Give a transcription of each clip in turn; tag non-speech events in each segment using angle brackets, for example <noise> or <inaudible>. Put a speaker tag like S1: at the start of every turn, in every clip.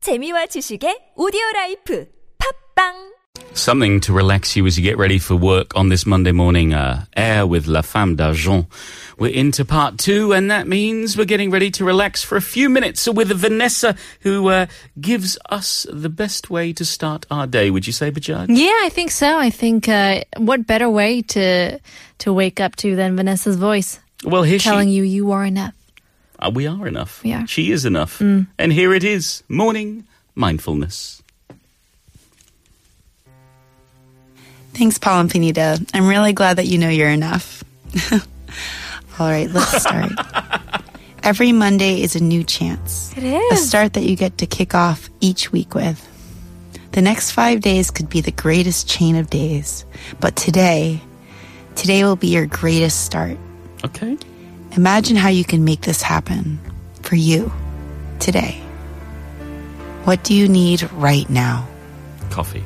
S1: 재미와 지식의 오디오 라이프 팝빵
S2: Something to relax you as you get ready for work on this Monday morning. Uh, air with La Femme d'Argent. We're into part two, and that means we're getting ready to relax for a few minutes with Vanessa, who uh, gives us the best way to start our day. Would you say, Bajaj?
S3: Yeah, I think so. I think uh, what better way to to wake up to than Vanessa's voice
S2: Well, here she.
S3: telling you you are enough.
S2: Uh, we are enough.
S3: We are. Mm.
S2: She is enough. And here it is morning mindfulness.
S4: Thanks, Paul and Finita. I'm really glad that you know you're enough. <laughs> All right, let's start. Every Monday is a new chance,
S3: It
S4: a start that you get to kick off each week with. The next five days could be the greatest chain of days, but today, today will be your greatest start.
S2: Okay.
S4: Imagine how you can make this happen for you today. What do you need right now?
S2: Coffee.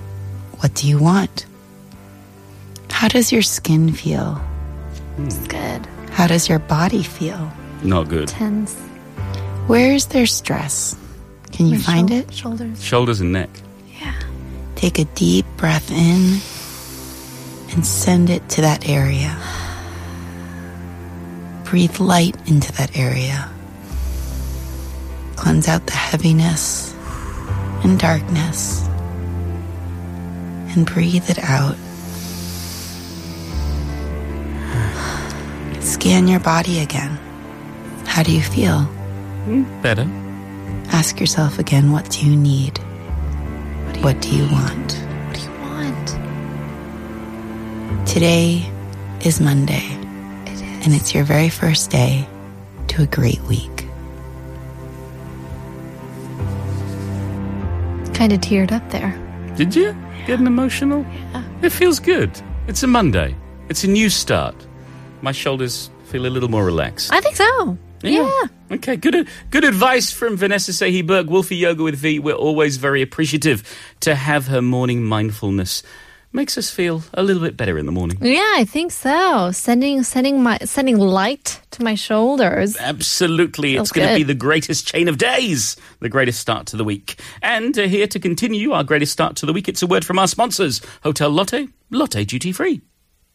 S4: What do you want? How does your skin feel?
S3: It's good.
S4: How does your body feel?
S2: Not good.
S3: Tense.
S4: Where is there stress? Can you find it?
S3: Shoulders.
S2: Shoulders and neck.
S3: Yeah.
S4: Take a deep breath in and send it to that area. Breathe light into that area. Cleanse out the heaviness and darkness. And breathe it out. Scan your body again. How do you feel?
S2: Better.
S4: Ask yourself again what do you need? What do you want?
S3: What do you want?
S4: Today is Monday, and it's your very first day to a great week.
S3: Kind of teared up there.
S2: Did you? Getting emotional? Yeah. It feels good. It's a Monday. It's a new start. My shoulders feel a little more relaxed.
S3: I think so.
S2: Okay, good good advice from Vanessa Sehi Burke, Wolfie Yoga with V. We're always very appreciative to have her morning mindfulness. Makes us feel a little bit better in the morning.
S3: Yeah, I think so. Sending sending my sending light to my shoulders.
S2: Absolutely. It's
S3: Feels
S2: going to be
S3: Oh, good.
S2: the greatest chain of days, the greatest start to the week. And uh, here to continue our greatest start to the week, it's a word from our sponsors Hotel Lotte, Lotte Duty Free.